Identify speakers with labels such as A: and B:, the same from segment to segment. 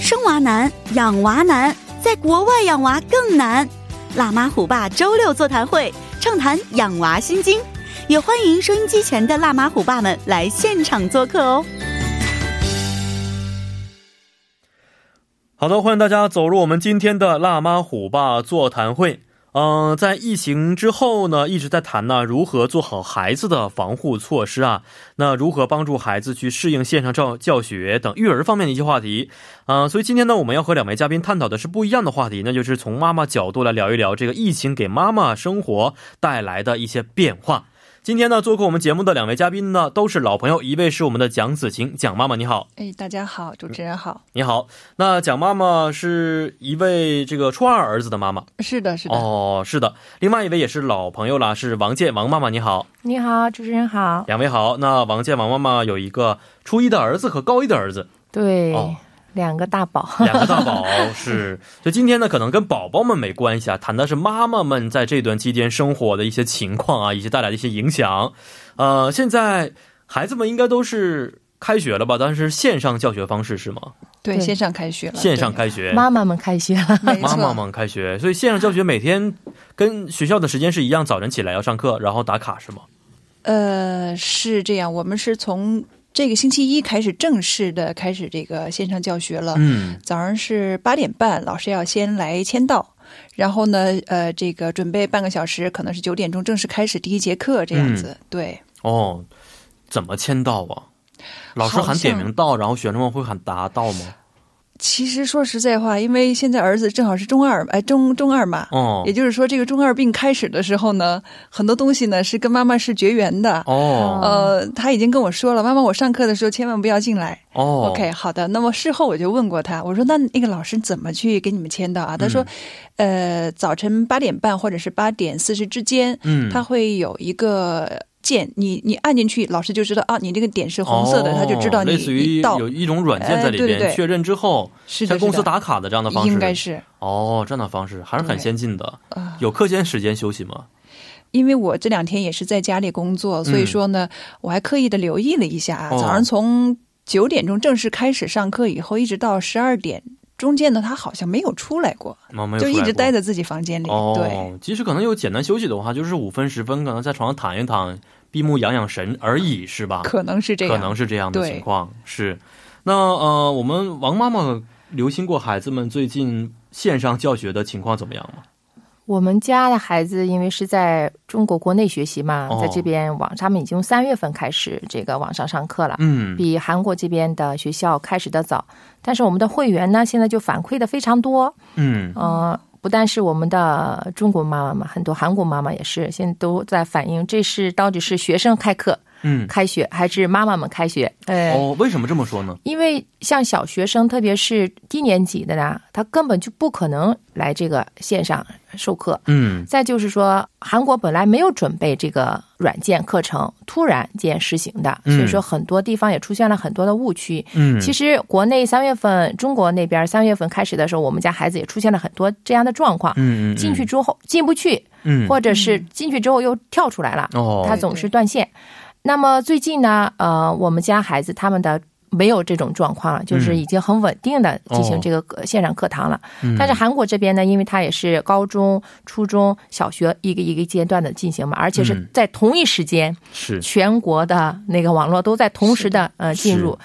A: 生娃难，养娃难，在国外养娃更难。辣妈虎爸周六座谈会畅谈养娃心经，也欢迎收音机前的辣妈虎爸们来现场做客哦。
B: 好的，欢迎大家走入我们今天的辣妈虎爸座谈会。嗯、在疫情之后呢，一直在谈呢如何做好孩子的防护措施啊，那如何帮助孩子去适应线上教教学等育儿方面的一些话题。嗯、所以今天呢，我们要和两位嘉宾探讨的是不一样的话题，那就是从妈妈角度来聊一聊这个疫情给妈妈生活带来的一些变化。今天呢，做客我们节目的两位嘉宾呢，都是老朋友，一位是我们的蒋子晴，蒋妈妈，你好。
C: 哎，大家好，主
B: 嗯
C: 持人好。
B: 你好，那蒋妈妈是一位这个初二儿子的妈妈
C: 是的，是的。
B: 哦，是的，另外一位也是老朋友啦，是王健王妈妈，你好，
D: 你好，主持人好。
B: 两位好。那王健王妈妈有一个初一的儿子和高一的儿子，
D: 对，
B: 哦
D: 两个大宝。
B: 两个大宝是。就今天呢，可能跟宝宝们没关系啊，谈的是妈妈们在这段期间生活的一些情况啊，以及带来的一些影响。呃，现在孩子们应该都是开学了吧？但是线上教学方式是吗？
C: 对，
D: 对
C: 线上开学了。
B: 线上开学，
D: 妈妈们开学了，
C: 对，没
B: 妈
C: 错。
B: 妈们开学，所以线上教学每天跟学校的时间是一样，早晨起来要上课，然后打卡是吗？
C: 呃，是这样，我们是从这个星期一开始正式的开始这个线上教学了。
B: 嗯，
C: 早上是八点半，老师要先来签到，然后呢，呃，这个准备半个小时，可能是九点钟正式开始第一节课这
B: 嗯
C: 样子。对，
B: 哦，怎么签到啊？老师
C: 好
B: 喊点
C: 像
B: 名到，然后学生们会喊答到吗？
C: 其实说实在话，因为现在儿子正好是中二，哎，中中二嘛。
B: 哦
C: 也就是说，这个中二病开始的时候呢，很多东西呢是跟妈妈是绝缘的。
B: 哦
C: 呃，他已经跟我说了，妈妈，我上课的时候千万不要进来。
B: 哦
C: OK，好的。那么事后我就问过他，我说那那个老师怎么去给你们签到啊？他说，
B: 嗯
C: 呃，早晨八点半或者是八点四十之间，
B: 嗯，
C: 他会有一个键，你你按进去，老师就知道啊，你这个点是红色的，
B: 哦
C: 他就知道你
B: 类似于
C: 你到
B: 有一种软件在里边、
C: 哎对对对
B: 确认之后，
C: 是的，
B: 像公司
C: 是的
B: 打卡的这样的方式，
C: 应该是。
B: 哦，这样的方式还是很
C: 对
B: 先进的。
C: 啊
B: 有课间时间休息吗？
C: 因为我这两天也是在家里工作，所以说呢，我还刻意的留意了一下啊，
B: 嗯哦
C: 早上从九点钟正式开始上课以后，一直到十二点，中间呢他好像没有出来过，
B: 哦没有
C: 就
B: 出
C: 一
B: 来
C: 直
B: 过
C: 待在自己房间里。对，
B: 哦，即使可能有简单休息的话，就是五分十分，可能在床上躺一躺，闭目养养神而已，是吧？
C: 可能是这样。
B: 可能是这样的
C: 对
B: 情况。是，那呃，我们王妈妈留心过孩子们最近线上教学的情况怎么样吗？
D: 我们家的孩子因为是在中国国内学习嘛，
B: 哦
D: 在这边网，他们已经三月份开始这个网上上课了，
B: 嗯，
D: 啊比韩国这边的学校开始的早。但是我们的会员呢，现在就反馈的非常多，
B: 嗯，
D: 呃，不但是我们的中国妈妈嘛，很多韩国妈妈也是，现在都在反映这是到底是学生开课
B: 嗯，
D: 开学，还是妈妈们开学？哎、
B: 哦，为什么这么说呢？
D: 因为像小学生，特别是低年级的呢，他根本就不可能来这个线上授课。
B: 嗯，
D: 再就是说，韩国本来没有准备这个软件课程，突然间实行的，所
B: 嗯
D: 以说很多地方也出现了很多的误区。
B: 嗯，
D: 其实国内三月份，中国那边三月份开始的时候，我们家孩子也出现了很多这样的状况，
B: 嗯，嗯嗯，
D: 进去之后进不去，
B: 嗯，
D: 或者是进去之后又跳出来了。
B: 哦，
D: 它总是断线。那么最近呢，呃，我们家孩子他们的没有这种状况了，就是已经很稳定的进行这个呃线上课堂了。
B: 嗯
D: 但是韩国这边呢，因为它也是高中、初中小学一个一个阶段的进行嘛，而且
B: 嗯
D: 是在同一时间，
B: 是
D: 全国的那个网络都在同时的呃进入。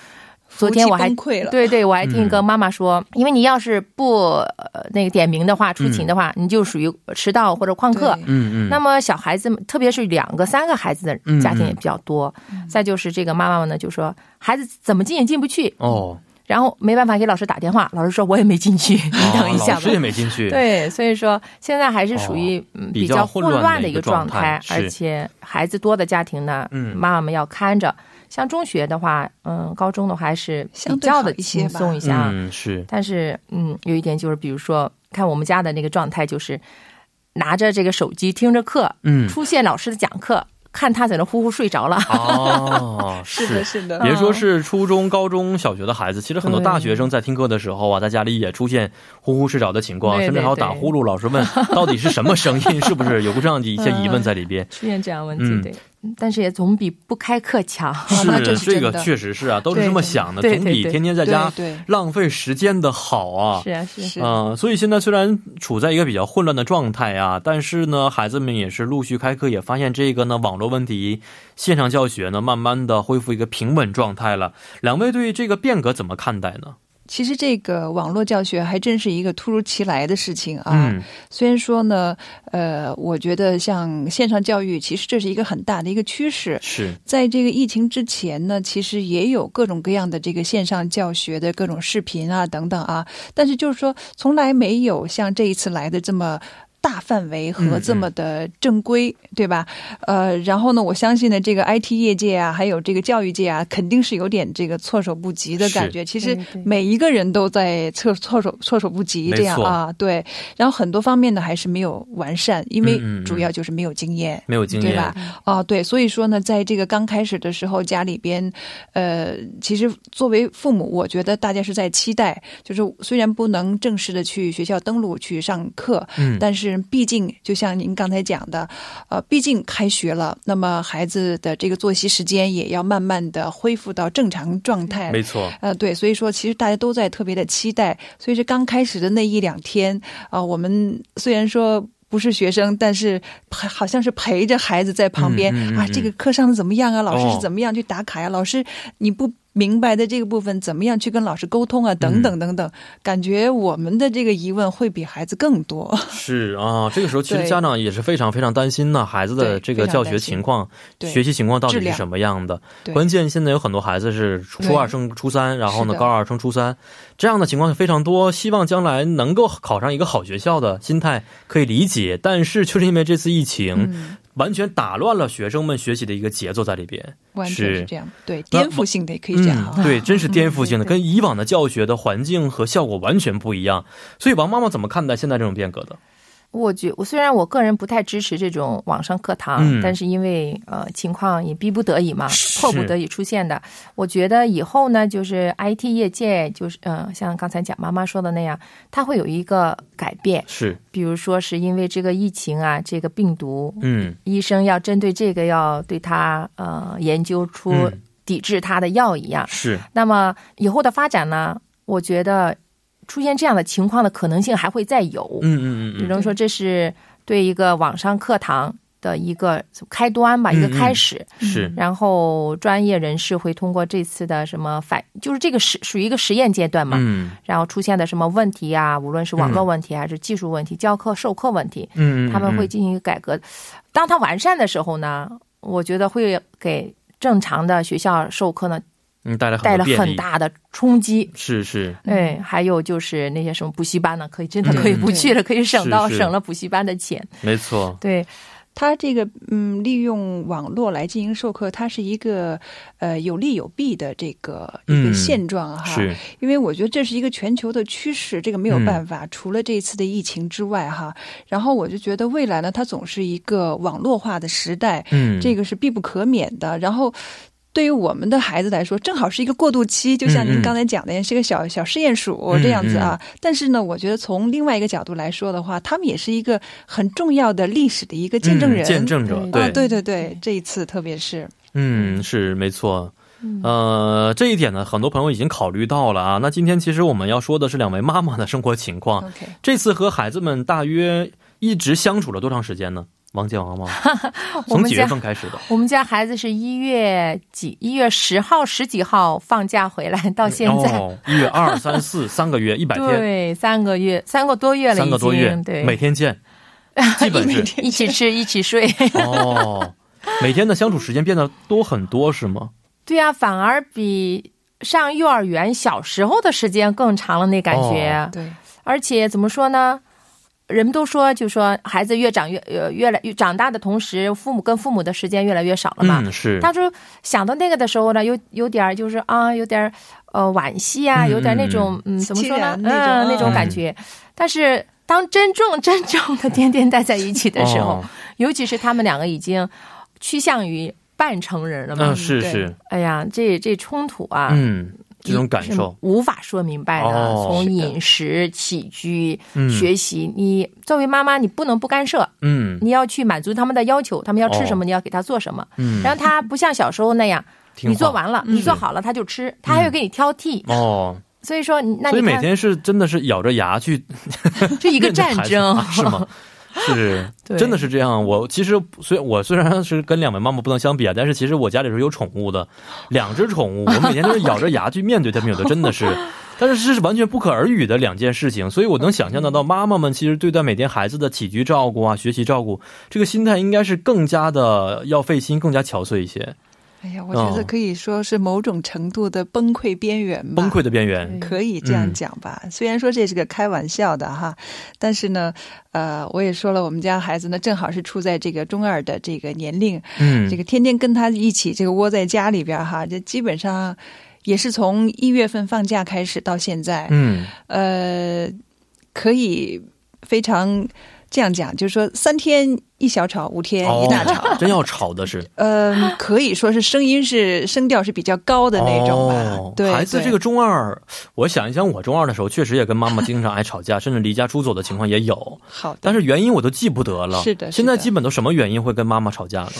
D: 昨天我还
C: 夫妻崩溃了。
D: 对对，我还听一个妈妈说，因为你要是不呃那个点名的话、出勤的话，你就属于迟到或者旷课。
C: 对
B: 嗯嗯，
D: 那么小孩子们，特别是两个、三个孩子的家庭也比较多。
B: 嗯
D: 再就是这个妈妈们呢，就说孩子怎么进也进不去，
B: 哦，
D: 然后没办法给老师打电话，老师说我也没进去，你
B: 哦
D: 等一下
B: 老
D: 吧
B: 师。也没进去，，哦
D: 对，所以说现在还是属于、嗯
B: 比
D: 比
B: 较
D: 较
B: 混
D: 混
B: 乱
D: 乱
B: 的
D: 的
B: 一
D: 一
B: 个
D: 个
B: 状
D: 状
B: 态
D: 态，而
B: 是
D: 且孩子多的家庭呢，
B: 嗯
D: 妈妈们要看着。像中学的话，嗯，高中的话还是比
C: 相对
D: 较
C: 好
D: 的
C: 一些
D: 轻
C: 吧
D: 松一些啊。
B: 嗯是，
D: 但是，嗯，有一点就是，比如说，看我们家的那个状态，就是拿着这个手机听着课，
B: 嗯，
D: 出现老师的讲课，看他在那呼呼睡着了。
B: 哦，
C: 是的，是的。
B: 别说是初中、高中小学的孩子，其实很多
D: 嗯对
B: 大学生在听课的时候啊，在家里也出现呼呼睡着的情况，
D: 对
B: 甚至还有
D: 对
B: 打
D: 对
B: 呼噜。老师问到底是什么声音，是不是有过这样的一些疑问在里边？
D: 出现这样问
B: 嗯
D: 对，但是也总比不开课强。
C: 啊那这
B: 是
C: 是真
B: 这个
C: 的
B: 确实是啊，都是这么想的，
D: 对
B: 总
D: 对
B: 比
D: 对
B: 天天在家
C: 对对
B: 浪费时间的好啊。
D: 是啊，是啊
C: 是
B: 嗯、所以现在虽然处在一个比较混乱的状态啊，但是呢，孩子们也是陆续开课，也发现这个呢网络问题，线上教学呢慢慢的恢复一个平稳状态了。两位对这个变革怎么看待呢？
C: 其实这个网络教学还真是一个突如其来的事情啊。
B: 嗯
C: 虽然说呢，呃，我觉得像线上教育，其实这是一个很大的一个趋势。
B: 是，
C: 在这个疫情之前呢，其实也有各种各样的这个线上教学的各种视频啊等等啊，但是就是说，从来没有像这一次来的这么。大范围
B: 嗯
C: 和这么的正规，对吧？呃，然后呢，我相信呢，这个 IT 业界啊，还有这个教育界啊，肯定是有点这个措手不及的感觉。其实
D: 对对
C: 每一个人都在措措手措手不及这样啊，对。然后很多方面呢还是没有完善，因为
B: 嗯嗯嗯
C: 主要就是没有经验。
B: 没有经
C: 对
B: 验
C: 吧？啊，对，所以说呢，在这个刚开始的时候，家里边，呃，其实作为父母，我觉得大家是在期待，就是虽然不能正式的去学校登录去上课，
B: 嗯
C: 但是毕竟就像您刚才讲的，呃，毕竟开学了，那么孩子的这个作息时间也要慢慢的恢复到正常状态，
B: 没错，
C: 呃，对，所以说其实大家都在特别的期待，所以是刚开始的那一两天啊、我们虽然说。不是学生，但是陪好像是陪着孩子在旁边、
B: 嗯嗯嗯
C: 啊，这个课上的怎么样啊？老师
B: 哦
C: 是怎么样去打卡呀、老师你不明白的这个部分怎么样去跟老师沟通啊？
B: 嗯
C: 等等等等，感觉我们的这个疑问会比孩子更多。
B: 是啊，这个时候其实
C: 对
B: 家长也是非常非常担心呢，孩子的
C: 对
B: 这个教学情况、
C: 对
B: 学习情况到
C: 质
B: 底是
C: 量
B: 什么样的。
C: 对
B: 关键现在有很多孩子是初二
C: 对
B: 升初三，然后呢
C: 是的
B: 高二升初三，这样的情况非常多。希望将来能够考上一个好学校的心态可以理解，但是就是因为这次疫情，
C: 嗯，
B: 完全打乱了学生们学习的一个节奏在里边。
C: 完全
B: 是
C: 是这样，对，
B: 那
C: 颠覆性的也可以讲啊。
B: 嗯对，真是颠覆性的，
C: 嗯对
B: 跟以往的教学的环境和效果完全不一样。所以王妈妈怎么看待现在这种变革的？
D: 我觉我虽然我个人不太支持这种网上课堂，
B: 嗯
D: 但是因为呃情况也逼不得已嘛，迫不得已出现的。我觉得以后呢，就是 IT 业界，就是呃，像刚才蒋妈妈说的那样，它会有一个改变，
B: 是，
D: 比如说是因为这个疫情啊，这个病毒，
B: 嗯，
D: 医生要针对这个要对它呃研究出
B: 嗯
D: 抵制它的药一样。
B: 是，
D: 那么以后的发展呢，我觉得出现这样的情况的可能性还会再有。
B: 嗯嗯嗯
D: 比
B: 嗯。
D: 如说这是对一个网上课堂的一个开端吧，
B: 嗯
D: 一个开始。
C: 嗯
B: 是，
D: 然后专业人士会通过这次的什么反，就是这个实属于一个实验阶段嘛。
B: 嗯
D: 然后出现的什么问题啊，无论是网络问题啊还是技术问题、教课授课问题，
B: 嗯，
D: 他们会进行一个改革。当它完善的时候呢，我觉得会给正常的学校授课呢
B: 嗯带来很
D: 带
B: 多
D: 来
B: 便
D: 很
B: 利，
D: 大的冲击。
B: 是是，
D: 哎，还有就是那些什么补习班呢，可以真的可以
C: 嗯
D: 不去了，可以省到
B: 是是
D: 省了补习班的钱。
B: 没错，
D: 对，
C: 它这个嗯，利用网络来进行授课，它是一个呃有利有弊的这个一
B: 嗯
C: 个现状哈。
B: 是，嗯
C: 因为我觉得这是一个全球的趋势，这个没有办法。除了这一次的疫情之外哈，然后我就觉得未来呢，它总是一个网络化的时代，
B: 嗯，
C: 这个是必不可免的。然后。对于我们的孩子来说，正好是一个过渡期，就像
B: 嗯嗯
C: 您刚才讲的，是个小小试验鼠
B: 嗯
C: 这样子啊。但是呢，我觉得从另外一个角度来说的话，他们也是一个很重要的历史的一个见证人，
B: 嗯见证者，
D: 嗯
B: 对，
C: 啊，对对对
D: 对，
C: 这一次特别是，
B: 嗯，是没错。
D: 嗯
B: 呃，这一点呢，很多朋友已经考虑到了啊。那今天其实我们要说的是两位妈妈的生活情况。
C: OK，
B: 这次和孩子们大约一直相处了多长时间呢？王建 王妈妈，
D: 我
B: 从
D: 们
B: 几月
D: 家
B: 份开始的？
D: 我们家孩子是一月几，一月十号、十几号放假回来，到现在，
B: 哦，一月 二、三、四，三个月，一百天，
D: 对，三个月，三个多月了，已
B: 三
D: 经
B: 个多月，
D: 对，
B: 每天见，基本是
D: 一起吃，一 起睡。
B: 哦，每天的相处时间变得多很多是 吗？
D: 对呀、反而比上幼儿园小时候的时间更长了，那感觉。
B: 哦
C: 对，
D: 而且怎么说呢？人们都说，就说孩子越长越呃越来越长大的同时，父母跟父母的时间越来越少了嘛。
B: 嗯，是，
D: 当初想到那个的时候呢，有有点儿就是啊，有点儿呃惋惜啊，
B: 嗯
D: 有点儿那种嗯怎么说呢，
C: 凄凉那种
D: 嗯那种
B: 嗯
D: 感觉。但是当真正真正的天天待在一起的时候，
B: 哦
D: 尤其是他们两个已经趋向于半成人了嘛，
B: 嗯，是
C: 对
B: 是，
D: 哎呀，这这冲突啊，
B: 嗯，这种感受
D: 是无法说明白的。
B: 哦
D: 从饮食、起居、
B: 嗯
D: 学习，你作为妈妈，你不能不干涉，
B: 嗯
D: 你要去满足他们的要求，他们要吃什么，
B: 哦
D: 你要给他做什么。
B: 嗯，
D: 然后他不像小时候那样，
B: 听
D: 你做
B: 话嗯
D: 完了，你做好了他就吃，他还会给你挑剔。
B: 哦，
D: 所以说，那
B: 所以
D: 你
B: 每
D: 看，
B: 天是真的是咬着牙去
D: 这一个
B: 认着
D: 战
B: 孩子
D: 争
B: 啊、是吗？是，
D: 对
B: 真的是这样。我其实虽我虽然是跟两位妈妈不能相比啊，但是其实我家里是有宠物的，两只宠物，我每天都是咬着牙去面对它们，有的真的 是，但是这是完全不可而语的两件事情，所以我能想象得
D: 嗯
B: 到，妈妈们其实对待每天孩子的起居照顾啊、学习照顾，这个心态应该是更加的要费心、更加憔悴一些，
C: 哎呀，我觉得
B: 哦
C: 可以说是某种程度的崩溃边缘吧。
B: 崩溃的边缘。
C: 可以这样
B: 嗯
C: 讲吧、虽然说这是个开玩笑的哈，但是呢，呃，我也说了，我们家孩子呢，正好是处在这个中二的这个年龄，
B: 嗯
C: 这，个天天跟他一起这个窝在家里边儿哈，这基本上也是从一月份放假开始到现在，
B: 嗯，
C: 呃，可以非常这样讲，就是说三天一小吵，五天一大吵。
B: 哦，真要吵的是。
C: 呃，可以说是声音是声调是比较高的那种吧。
B: 哦、
C: 对，
B: 孩子
C: 对
B: 这个中二，我想一想，我中二的时候确实也跟妈妈经常爱吵架，甚至离家出走的情况也有，
C: 好的，
B: 但是原因我都记不得了。
C: 是的是的
B: 现在基本都什么原因会跟妈妈吵架了？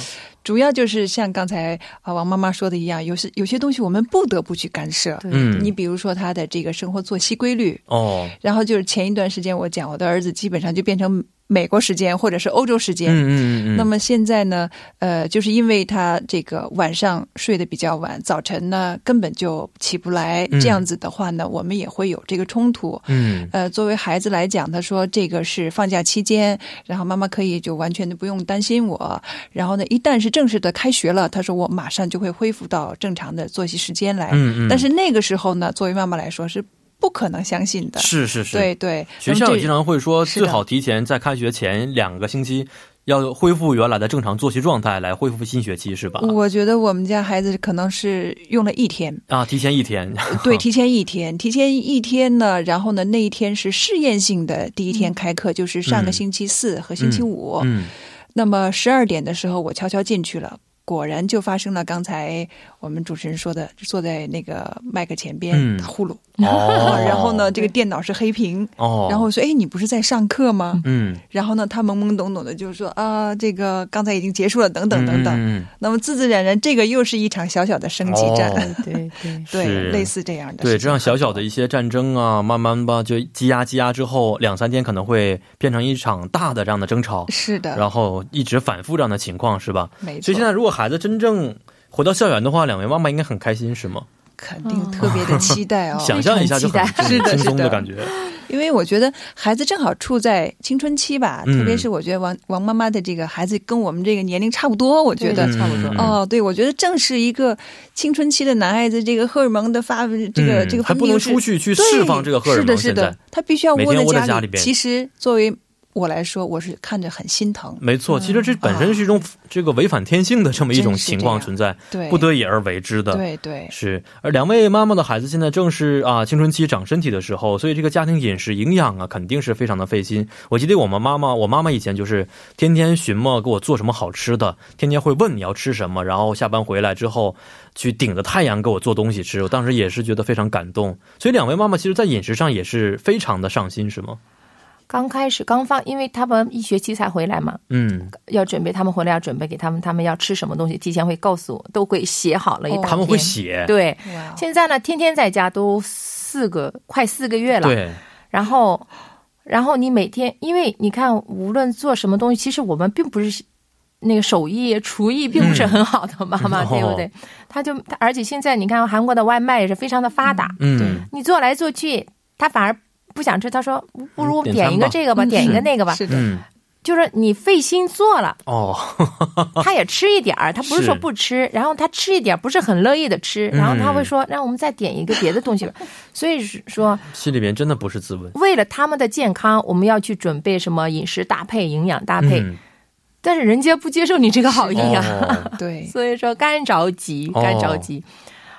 C: 主要就是像刚才啊王妈妈说的一样，有些有些东西我们不得不去干涉。
D: 对
B: 嗯，
C: 你比如说他的这个生活作息规律，
B: 哦，
C: 然后就是前一段时间我讲我的儿子基本上就变成美国时间或者是欧洲时
B: 嗯嗯
C: 间。
B: 嗯嗯，
C: 那么现在呢，呃，就是因为他这个晚上睡得比较晚，早晨呢根本就起不来，
B: 嗯
C: 这样子的话呢，我们也会有这个冲突。
B: 嗯
C: 呃，作为孩子来讲，他说这个是放假期间，然后妈妈可以就完全的不用担心我。然后呢，一旦是正式的开学了，他说我马上就会恢复到正常的作息时间来。
B: 嗯嗯，
C: 但是那个时候呢，作为妈妈来说是不可能相信的。
B: 是是是，
C: 对对，
B: 学
C: 那
B: 校
C: 么
B: 也
C: 这
B: 经常会说，
C: 是的
B: 最好提前在开学前两个星期要恢复原来的正常作息状态，来恢复新学期是吧？
C: 我觉得我们家孩子可能是用了一天，呃
B: 啊，提前一天，
C: 对，提前一天，提前一天呢，然后呢，那一天是试验性的第一天开课，就是上个
B: 嗯
C: 星期四和星期五。
B: 嗯，
C: 那么十二点的时候，我悄悄进去了，果然就发生了刚才我们主持人说的，坐在那个麦克前边、
B: 嗯
C: 打呼噜，
B: 哦，
C: 然后呢，，这个电脑是黑屏，
B: 哦，
C: 然后我说：“哎，你不是在上课吗？”
B: 嗯，
C: 然后呢，他懵懵懂懂的就说：“啊，这个刚才已经结束了，等等
B: 嗯
C: 等等。
B: 嗯嗯
C: 那么自自然然，这个又是一场小小的升级战，
B: 哦
D: 对对，
B: 是
C: 对，类似这样的事情。
B: 对，这样小小的一些战争啊，慢慢吧就积压积压之后，两三天可能会变成一场大的这样的争吵，
C: 是的，
B: 然后一直反复这样的情况，是吧？
C: 没错。
B: 所以现在如果孩子真正回到校园的话，两位妈妈应该很开心，是吗？
C: 肯定特别的期待哦，
B: 想象一下就很
D: 非
C: 常期待
B: 轻松
C: 是的是
B: 的
C: 的
B: 感觉，
C: 因为我觉得孩子正好处在青春期吧，
B: 嗯
C: 特别是我觉得王王妈妈的这个孩子跟我们这个年龄差不多，我觉
D: 觉
C: 得
B: 嗯
D: 得差不多。
B: 嗯
C: 哦，对，我觉得正是一个青春期的男孩子，这个荷尔蒙的发这个、
B: 嗯
C: 这个
B: 还
C: 分
B: 不
C: 泌
B: 能
C: 是
B: 出去去
C: 对
B: 释放这个荷尔
C: 是的，
B: 蒙，
C: 是
B: 现在
C: 的，他必须要
B: 每
C: 窝
B: 天窝在
C: 在
B: 家里
C: 里。
B: 边
C: 其实作为我来说，我是看着很心疼，
B: 没错，其实这本身是一种这个违反天性的这么一种
C: 嗯真是这
B: 情
C: 样
B: 况存在，
C: 对，
B: 不得已而为之的。
C: 对对，
B: 是，而两位妈妈的孩子现在正是啊青春期长身体的时候，所以这个家庭饮食营养啊，肯定是非常的费心。我记得我们妈妈，我妈妈以前就是天天寻摸给我做什么好吃的，天天会问你要吃什么，然后下班回来之后去顶着太阳给我做东西吃。我当时也是觉得非常感动。所以两位妈妈其实，在饮食上也是非常的上心，是吗？
D: 刚开始刚放，因为他们一学期才回来嘛，
B: 嗯，
D: 要准备他们回来要准备给他们，他们要吃什么东西，提前会告诉我，都会写好了一大
C: 哦
D: 篇。
B: 他们会写，
D: 对。
C: 哇，哦
D: 现在呢，天天在家都四个快四个月了，
B: 对，
D: 然后，然后你每天，因为你看，无论做什么东西，其实我们并不是那个手艺、厨艺并不是很好的妈妈，
B: 嗯
D: 对不对？他就，她而且现在你看，韩国的外卖也是非常的发达，
B: 嗯，
D: 你做来做去，他反而不想吃，他说不如我
B: 点餐吧
D: 点一个这个吧，
C: 嗯
D: 点一个那个吧，
C: 是的，
B: 嗯，
D: 就是你费心做了，
B: 哦，
D: 他也吃一点儿，他不是说
B: 是
D: 不吃，然后他吃一点儿不是很乐意的吃，然后他会说，让我们再点一个别的东西吧，所以是说。
B: 心里边真的不是滋味。
D: 为了他们的健康，我们要去准备什么饮食搭配、营养搭配，
B: 嗯，
D: 但是人家不接受你这个好意啊，
B: 哦，
C: 对，
D: 所以说干着急，
B: 哦嗯
D: 干着急，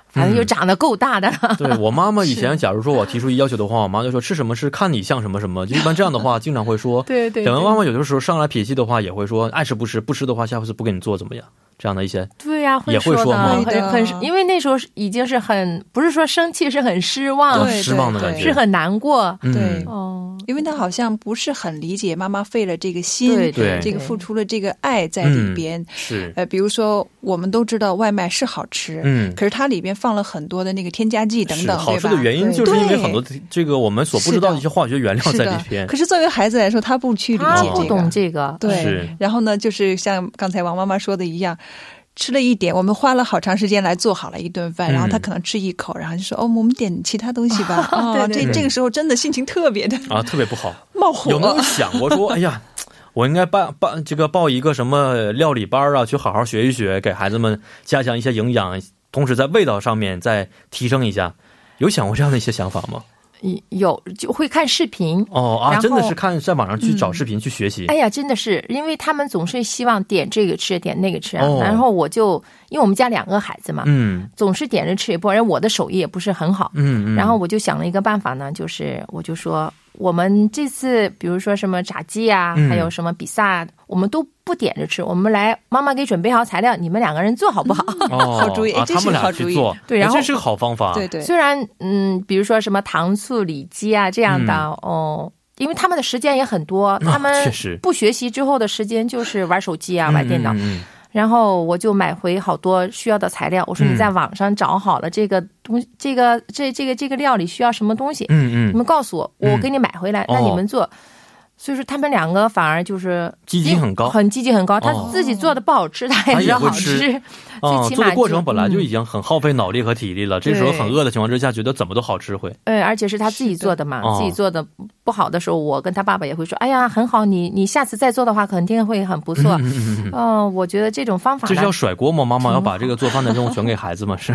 D: 反正又长得够大的 了，
B: 对我妈妈以前，假如说我提出一要求的话，我妈就说吃什么是看你像什么什么。就一般这样的话，经常会 说。
D: 对对
B: 两位
D: 对
B: 哎妈妈有的时候上来脾气的话，也会说爱吃不吃，不吃的话下次不给你做怎么样？这样的一些
D: 对呀、呀、会
B: 也会
D: 说
B: 说
D: 的，
B: 吗
C: 会的
D: 很很，因为那时候是已经是很不是说生气，是很失望，
C: 啊对
B: 失望的感觉
D: 是很难过。
B: 嗯
C: 对
D: 哦，
C: 因为他好像不是很理解妈妈费了这个心，
D: 对
B: 对嗯
C: 这个付出了这个爱在里边。
B: 是，
C: 呃，比如说我们都知道外卖是好吃，
B: 嗯。
C: 可是它里边放了很多的那个添加剂等
B: 是
C: 等，
B: 好
C: 对
B: 处
C: 吧？
B: 的原因，
D: 对
B: 就是因为
C: 对
B: 很多这个我们所不知道的一些化学原料
C: 是
B: 在
C: 的
B: 里，边
C: 可。是作为孩子来说，他不去理
D: 他
C: 解
D: 不
C: 这
D: 懂
C: 个，
D: 这个，
C: 对
B: 是。
C: 然后呢，就是像刚才王妈妈说的一样。吃了一点，我们花了好长时间来做好了一顿饭，
B: 嗯
C: 然后他可能吃一口，然后就说：“哦，我们点其他东西 吧。哦”
D: 对对
C: 这
B: 对
C: 这个时候真的心情特别的
B: 啊，特别不好。
C: 冒火。
B: 有没有想过 说，哎呀，我应该办办这个报一个什么料理班啊，去好好学一学，给孩子们加强一些营养，同时在味道上面再提升一下。有想过这样的一些想法吗？
D: 有呃有就会看视频。
B: 哦
D: 然
B: 啊，
D: 后
B: 真的是看在网上去找视频去学习。
D: 哎呀，真的是，因为他们总是希望点这个吃，点那个吃啊。
B: 哦
D: 然后我就因为我们家两个孩子嘛，
B: 嗯
D: 总是点着吃也不，然后我的手艺也不是很好。
B: 嗯嗯。
D: 然后我就想了一个办法呢，就是我就说，我们这次比如说什么炸鸡啊，
B: 嗯
D: 还有什么比赛啊，我们都不点着吃，我们来妈妈给准备好材料，你们两个人做好 不好？
B: 哦，
C: 好主意
B: 啊，
C: 哎这
B: 他
C: 是
B: 们
C: 个
B: 俩
C: 好主
B: 去
C: 意
B: 做，
D: 对
B: 哎
D: 然后
B: 这是个好方法。
C: 对对，
D: 虽然嗯，比如说什么糖醋里脊啊这样的、哦。因为他们的时间也很多，他们
B: 嗯啊确实
D: 不学习之后的时间就是玩手机啊、
B: 嗯，
D: 玩电脑
B: 嗯。嗯
D: 然后我就买回好多需要的材料，我说
B: 嗯
D: 你在网上找好了这个东、这个这这个这个料理需要什么东西，
B: 嗯
D: 你
B: 嗯，
D: 们告诉我，
B: 嗯
D: 我给你买回来，
B: 哦
D: 那你们做。所以说他们两个反而就是
B: 积极性很高
D: 很积极很高。他
B: 哦
D: 自己做的不好吃， 他
B: 他
D: 也
B: 也
D: 知道
B: 会
D: 好
B: 吃
D: 吃。
B: 啊，
D: 最起
B: 做
D: 码
B: 的过程
D: 就
B: 本来就
D: 嗯
B: 已经很耗费脑力和体力了，这时候
D: 对
B: 很饿的情况之下，觉得怎么都好吃会。
D: 呃，而且是他自己做的嘛，
B: 是的哦
D: 自己做的不好的时候，我跟他爸爸也会说：“哎呀，很好，你你下次再做的话，肯定会很不错。”嗯、我觉得这种方法
B: 这是
D: 呢
B: 要，甩锅吗？妈妈要把这个做饭的任务全给孩子吗？ 是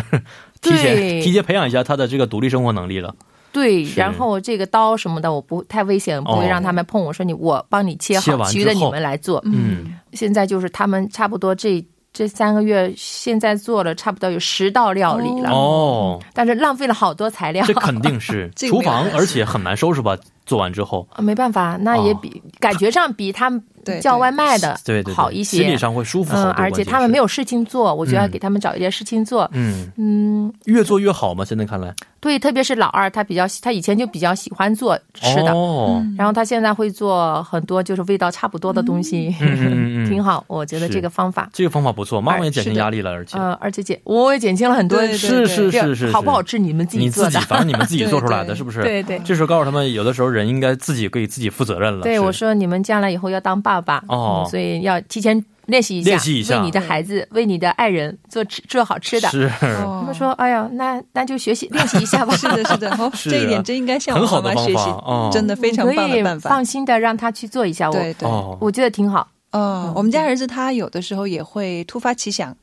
B: 提前
D: 对
B: 提前培养一下他的这个独立生活能力了。
D: 对，
B: 是
D: 然后这个刀什么的，我不太危险，不会
B: 哦
D: 让他们碰。我说你，我帮你切
B: 切
D: 好，
B: 完
D: 其余的
B: 之
D: 你
B: 后
D: 们来做。
B: 嗯，
D: 现在就是他们差不多这这三个月，现在做了差不多有十道料理了，
B: 哦，
D: 但是浪费了好多材料
B: 这。肯定 是
C: 这个
B: 厨
C: 没有
B: 房
C: 关，系
B: 而且很难收拾吧？做完之后，
D: 啊没办法，那也比、感觉上比他们
C: 对
D: 叫外卖的
B: 哦对对对，
D: 好一些，
B: 心理上会舒服
D: 嗯，
B: 好多。
D: 而且他们没
B: 有，
D: 有事情做，我就要
B: 嗯
D: 给他们找一点事情做。
B: 嗯，
D: 嗯，
B: 越做越好嘛。现在看来，
D: 对，特别是老二，他比较喜他以前就比较喜欢做吃的，
B: 哦，
D: 然后他现在会做很多就是味道差不多的东西，
B: 嗯嗯嗯
D: 挺好。我觉得
B: 是
D: 这个方法，
B: 这个方法不错，妈妈也减轻
D: 是的
B: 压力了，而且
D: 嗯、而且减我也减轻了很多。
C: 对对
B: 是是
D: 这
B: 是是，
D: 好不好
B: 是？
D: 吃你们自己
B: 你
D: 做
B: 自己
D: 的。
B: 反正你们自己
C: 对
B: 做出来的，
C: 对
B: 是不是？
D: 对对
B: 这时候告诉他们，有的时候人应该自己给自己负责任了。
D: 对，
B: 是
D: 我说你们将来以后要当爸爸，
B: 哦
D: 嗯所以要提前练习一下，
B: 练习一下
D: 为你的孩子，为你的爱人做吃做好吃的。
B: 是，
C: 哦
D: 他们说：“哎呀，那那就学习练习一下吧。”
C: 是的，是的，哦，
B: 是
C: 这一
B: 啊
C: 点真应该向
B: 很
C: 我
B: 好
C: 妈
B: 的
C: 妈学
B: 方
C: 习
B: 法哦，
C: 真的非常棒的办
D: 嗯可以
C: 法
D: 放。心的让他去做一下，我
C: 对对，哦，
B: 哦，
D: 我觉得挺好。
C: 我们家儿子他有的时候也会突发奇想，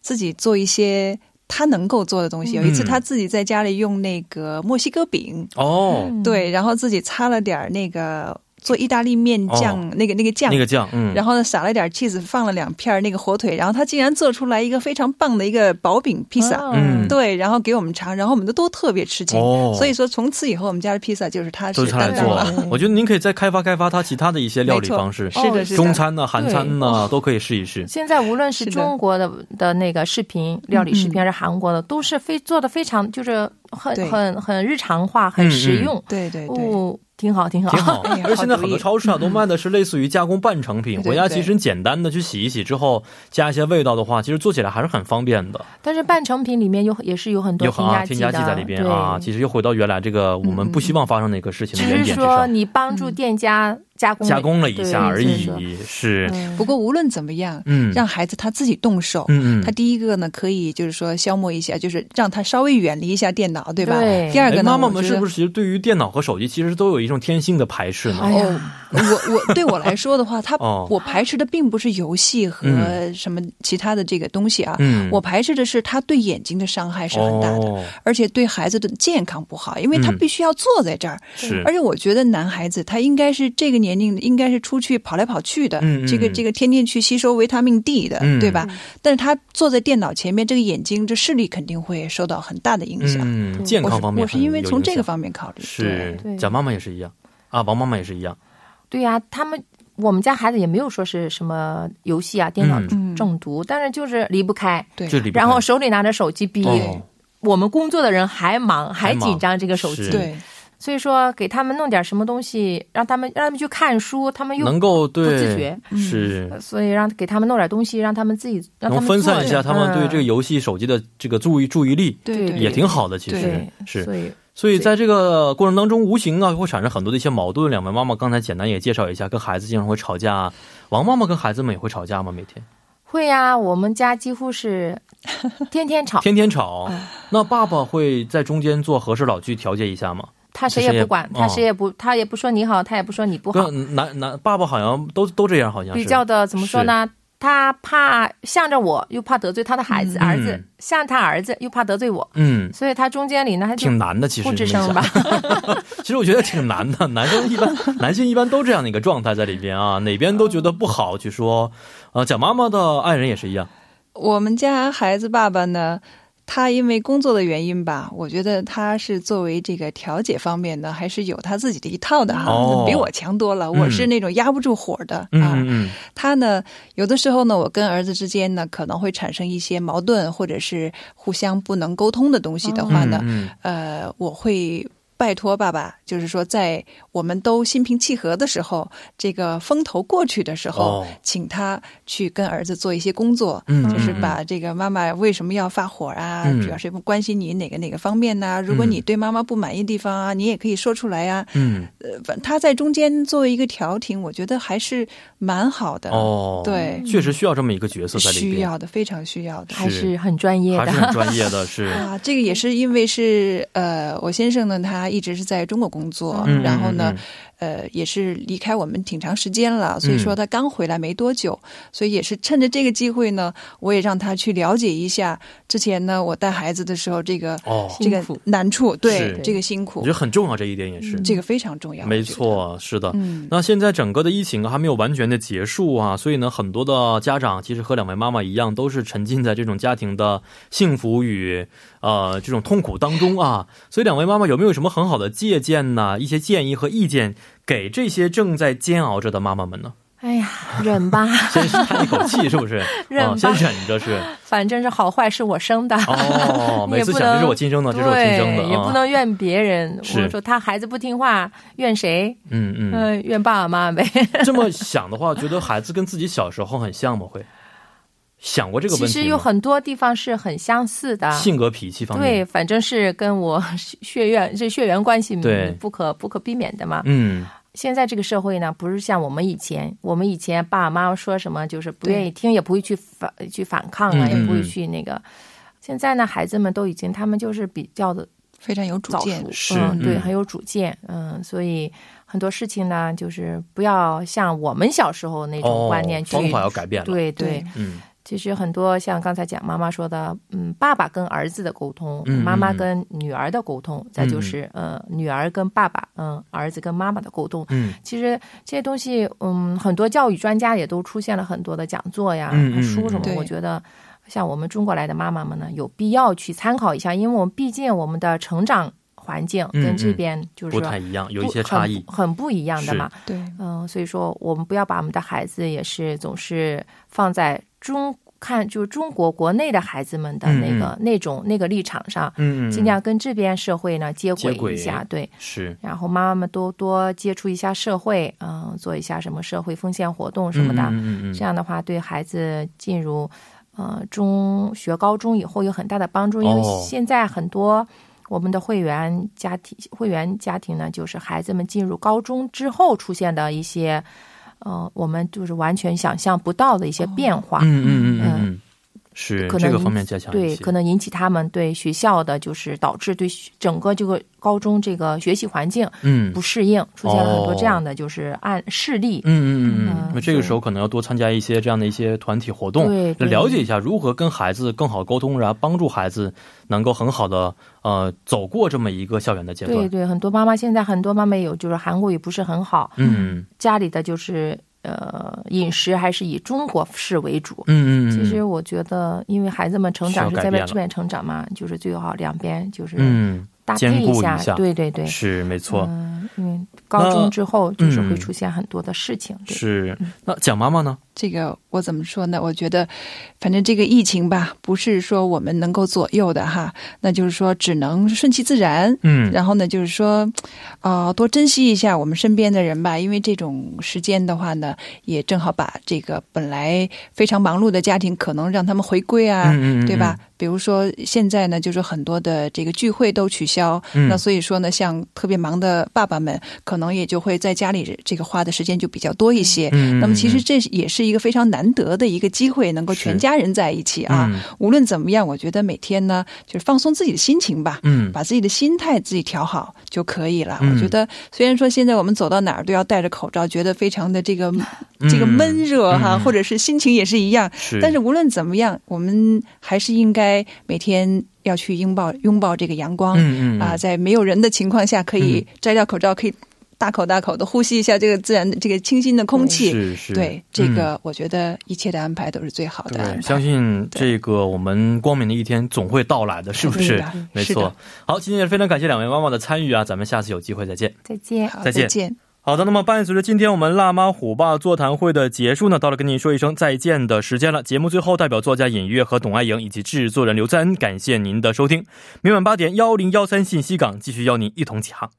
C: 自己做一些他能够做的东西。有一次
B: 嗯
C: 他自己在家里用那个墨西哥饼，
B: 哦，
D: 嗯
C: 对，然后自己擦了点儿那个做意大利面酱、那个那个酱。
B: 哦那个酱，嗯，
C: 然后呢，撒了点儿 cheese，放了两片儿那个火腿，然后他竟然做出来一个非常棒的一个薄饼披萨，
D: 哦
B: 嗯
C: 对，然后给我们尝，然后我们都都特别吃惊。
B: 哦
C: 所以说，从此以后我们家的披萨就是他
B: 都
C: 是
B: 是他来
C: 担当
B: 做
C: 了。
D: 了。
B: 我觉得您可以再开发开发他其他的一些料理方式，
C: 是的，
D: 哦
C: 是的。哦
B: 中餐呢、韩餐呢都可以试一试。
D: 现在无论是
C: 是的
D: 中国的的那个视频料理视
B: 嗯
D: 频，还是韩国的，都是非做的非常就是很
C: 对
D: 很很日常化，
B: 嗯
D: 很实用。
C: 对对对，
D: 哦，挺好，挺好。
B: 挺好
C: 哎呀，
B: 而且现在很
C: 好主
B: 多
C: 意
B: 超市啊都卖的是类似于加工半成品，
C: 对对
B: 回家
C: 对
B: 其实你简单的去洗一洗之后，加一些味道的话，其实做起来还是很方便的。
D: 但是半成品里面有也是有很多
B: 有
D: 添
B: 很啊
D: 剂
B: 添
D: 的
B: 加剂在里边
D: 对
B: 啊，其实又回到原来这个我
C: 嗯
B: 们不希望发生的一个事情
D: 只
B: 的原
D: 是
B: 点之
D: 说
B: 上，
D: 你帮助店家加工
B: 加工了一下而
D: 对所以说
B: 已，是，
C: 不过无论怎么样，
B: 嗯，
C: 让孩子他自己动手。
B: 嗯嗯，
C: 他第一个呢，可以就是说消磨一下，就是让他稍微远离一下电脑，对吧？
D: 对
C: 第二
B: 哎
C: 个呢，
B: 妈妈们
C: 我觉
B: 是
C: 得
B: 不是其实对于电脑和手机其实都有一种天性的排斥呢？
D: 哎
C: 哦
D: 呀，，
C: 我我对我来说 的话，他、
B: 哦
C: 我排斥的并不是游戏和
B: 嗯
C: 什么其他的这个东西啊，
B: 嗯，
C: 我排斥的是他对眼睛的伤害是很大的，
B: 哦、
C: 而且对孩子的健康不好，因为他
B: 嗯
C: 必须要坐在这儿，
B: 是
C: 而且我觉得男孩子他应该是这个年龄应该是出去跑来跑去的，
B: 嗯嗯
C: 这个
B: 嗯
C: 这个天天去吸收维他命 D 的，
B: 嗯
C: 对吧？但是他坐在电脑前面，这个眼睛这视力肯定会受到很大的影响。
B: 嗯，健康方面
C: 我是我是因为从这个
B: 方
C: 方面考虑，对
B: 是
D: 对
B: 蒋妈妈也是一样啊，王妈妈也是一样，
D: 对呀、他们我们家孩子也没有说是什么游戏啊、电脑
B: 嗯
D: 中毒，但是就是离不开，
C: 对，
B: 这里边
D: 然后手里拿着手机逼。
B: 哦
D: 我们工作的人还忙，
B: 还
D: 还
B: 忙
D: 紧张这个手
B: 是
D: 机，
C: 对
D: 所以说给他们弄点什么东西，让他们让他们去看书，他们又
B: 能够
D: 不
B: 对
D: 自觉，
C: 嗯
B: 是
D: 所以让给他们弄点东西，让他们自己让他
B: 能
D: 们
B: 分散
D: 做
B: 一下他们对
D: 嗯
B: 这个游戏、手机的这个注意注意力，
C: 对
D: 对
B: 也挺好的。其实
D: 对
B: 是，
D: 所以
B: 所以在这个过程当中，无形啊会产生很多的一些矛盾。两位妈妈刚才简单也介绍一下，跟孩子经常会吵架。啊王妈妈跟孩子们也会吵架吗？每天
D: 会呀、我们家几乎是天天吵，
B: 天天吵，那爸爸会在中间做和事佬去调解一下吗？
D: 他谁
B: 谁也
D: 也不管，他
B: 哦
D: 谁也不，他也不说你好，他也不说你不好，
B: 跟男男爸爸好像都都这样，好像是
D: 比较的怎么说呢？他怕向着我，又怕得罪他的孩子、
C: 嗯
D: 儿子
B: 嗯，
D: 向他儿子又怕得罪我，
B: 嗯。
D: 所以他中间里呢，他就
B: 挺难的，其实
D: 不吱
B: 你想
D: 声吧。
B: 其实我觉得挺难的， 男生一般，男性一般都这样的一个状态在里边啊，哪边都觉得不好去说。呃，蒋妈妈的爱人也是一
C: 啊
B: 样，
C: 我们家孩子爸爸呢，他因为工作的原因吧，我觉得他是作为这个调解方面呢，还是有他自己的一套的哈，
B: 哦
C: 比我强多了。我是那种压不住火的、
B: 嗯
C: 啊。
B: 嗯
C: 他呢，有的时候呢，我跟儿子之间呢，可能会产生一些矛盾，或者是互相不能沟通的东西的
B: 嗯
C: 话呢，
B: 嗯
C: 呃，我会拜托爸爸，就是说，在我们都心平气和的时候，这个风头过去的时候，
B: 哦
C: 请他去跟儿子做一些工作，
B: 嗯
C: 就是
B: 嗯
C: 把这个妈妈为什么要发火啊，
B: 嗯
C: 主要是关心你哪个哪个方面呐、如果
B: 嗯
C: 你对妈妈不满意的地方啊，你也可以说出来呀、
B: 嗯
C: 呃，反他在中间作为一个调停，我觉得还是蛮好的，
B: 嗯，哦，
C: 对
B: 确实需要这么一个角色在里
C: 需
B: 边，
C: 要的，非常需要的。
D: 还是很专业
B: 还
D: 的
B: 是，很专 业的，是。
C: 啊，这个也是因为是呃，我先生呢，他一直是在中国工作，
B: 嗯
C: 然后呢
B: 嗯，
C: 呃，也是离开我们挺长时间了，所以说他刚回来没多久，所以也是趁着这个机会呢，我也让他去了解一下之前呢，我带孩子的时候这个、
B: 哦，
C: 这个
D: 辛苦
C: 难处，对
B: 是
C: 这个辛
B: 我
C: 苦
B: 觉得，很重要这一点也是。
C: 嗯这个非常重要，
B: 没
C: 我觉得，
B: 错，是的。
C: 嗯，
B: 那现在整个的疫情还没有完全的结束啊，所以呢，很多的家长其实和两位妈妈一样，都是沉浸在这种家庭的幸福与呃这种痛苦当中啊。所以两位妈妈有没有什么很好的借鉴呢？一些建议和意见给这些正在煎熬着的妈妈们 呢？
D: 哎呀，忍吧，
B: 先叹一口气，是不 是？
D: 忍吧
B: 啊先忍着 是。
D: 反正是好坏是我生的。
B: 哦，每次想这是我亲生的，这
D: 对，
B: 是我亲生的
D: 也不
B: 啊。
D: 能怨别人。
B: 是
D: 我说他孩子不听话，怨谁？
B: 嗯嗯，
D: 嗯、怨爸爸妈妈呗。
B: 这么想的话，觉得孩子跟自己小时候很像吗？会想过这个问
D: 其
B: 题吗？
D: 实有很多地方是很相似的。
B: 性格脾气方面，
D: 对，反正是跟我血缘这血缘关系嗯
B: 对
D: 不可不可避免的嘛。
B: 嗯，
D: 现在这个社会呢，不是像我们以前，我们以前爸爸妈妈说什么，就是不愿意听，也不会去反去反抗
B: 嗯
D: 啊，
B: 嗯
D: 也不会
B: 嗯
D: 去那个。现在呢，孩子们都已经，他们就是比较的
C: 非常有主
D: 早
C: 见
D: 熟，，
B: 是
D: 嗯，对，
B: 嗯
D: 很有主见，嗯，所以很多事情呢，就是不要像我们小时候那种观念去，
B: 哦方法要改变了。，
D: 对对
C: 对，
B: 嗯，
D: 其实很多像刚才讲妈妈说的，嗯，爸爸跟儿子的沟通，
B: 嗯
D: 妈妈跟女儿的沟通，再就是呃，女儿跟爸爸，嗯，儿子跟妈妈的沟通。
B: 嗯，
D: 其实这些东西，嗯，很多教育专家也都出现了很多的讲座呀、
B: 嗯嗯
D: 书什
B: 嗯
D: 么
C: 对。
D: 我觉得，像我们中国来的妈妈们呢，有必要去参考一下，因为我们毕竟我们的成长环境
B: 嗯
D: 跟这
B: 嗯
D: 边就是
B: 不
D: 说
B: 太一样，有
D: 不
B: 一些差
D: 很
B: 异
D: 不。很不一样的嘛。
C: 对，
D: 嗯，所以说我们不要把我们的孩子也是总是放在中看，就是中国国内的孩子们的那个、那种那个立场上，
B: 嗯嗯，嗯
D: 尽量跟这边社会呢接
B: 接轨
D: 轨一下，对。
B: 是，
D: 然后妈妈们多多接触一下社会，嗯、做一下什么社会奉献活动什么的，
B: 嗯嗯嗯
D: 这样的话对孩子进入呃中学、高中以后有很大的帮助，因为
B: 哦
D: 现在很多我们的会员家庭、会员家庭呢，就是孩子们进入高中之后出现的一些，呃，我们就是完全想象不到的一些变化。
B: 嗯嗯嗯嗯嗯，是
D: 可能
B: 这个
D: 引
B: 方面加强一
D: 对，
B: 些
D: 可能引起他们对学校的，就是导致对学整个这个高中这个学习环境
B: 嗯
D: 不适应，出现了很多
B: 哦
D: 这样的就是案事例。
B: 嗯嗯嗯嗯，
D: 嗯
B: 那这个时候可能要多参加一些这样的一些团体活动，
D: 对对
B: 了解一下如何跟孩子更好沟通，然后帮助孩子能够很好的呃走过这么一个校园的阶
D: 对
B: 段。
D: 对，很多妈妈现在很多妈妈有就是韩国语不是很好，
B: 嗯
D: 家里的就是呃饮食还是以中国式为主。
B: 嗯嗯嗯，
D: 其实我觉得，因为孩子们成长
B: 需要
D: 是
B: 改
D: 在
B: 变
D: 外
B: 了
D: 这边成长嘛，就是最好两边就是
B: 嗯
D: 搭配
B: 兼顾一
D: 下，
B: 下
D: 对对嗯对，
B: 是没错。嗯
D: 嗯，因为高中之后就是会出现很多的事情，对
B: 是，那蒋妈妈呢？
C: 这个我怎么说呢？我觉得，反正这个疫情吧，不是说我们能够左右的哈，那就是说只能顺其自然。
B: 嗯，
C: 然后呢，就是说，啊、多珍惜一下我们身边的人吧，因为这种时间的话呢，也正好把这个本来非常忙碌的家庭，可能让他们回归啊，
B: 嗯嗯嗯
C: 对吧？比如说现在呢，就是很多的这个聚会都取消，
B: 嗯
C: 那所以说呢，像特别忙的爸爸们，可能也就会在家里这个花的时间就比较多一些。
B: 嗯
C: 那么其实这也是一个非常难得的一个机会，能够全
B: 是
C: 家人在一起啊。
B: 嗯
C: 无论怎么样，我觉得每天呢，就是放松自己的心情吧。
B: 嗯
C: 把自己的心态自己调好就可以了。
B: 嗯
C: 我觉得，虽然说现在我们走到哪儿都要戴着口罩，觉得非常的这个这个闷热哈、
B: 嗯
C: 或者是心情也是一样，
B: 是，
C: 但是无论怎么样，我们还是应该每天要去拥抱拥抱这个阳光啊、
B: 嗯嗯嗯
C: 在没有人的情况下，可以摘掉口罩，可以大口大口的呼吸一下这个自然的这个清新的空气。
B: 是是
C: 对，这
B: 嗯
C: 个我觉得一切的安排都是最好的安
B: 对，
C: 排。
B: 相信这个我们光明的一天总会到来的，是不
C: 对
B: 是
C: 的嗯是的？
B: 没错。好，今天也非常感谢两位妈妈的参与啊，咱们下次有机会再见。
D: 再见。
C: 嗯好
B: 再见
C: 再见
B: 好的，那么伴随着今天我们辣妈虎爸座谈会的结束呢，到了跟您说一声再见的时间了。节目最后，代表作家尹月和董爱莹以及制作人刘在恩，感谢您的收听。明晚八点幺零幺三信息港继续邀您一同起航。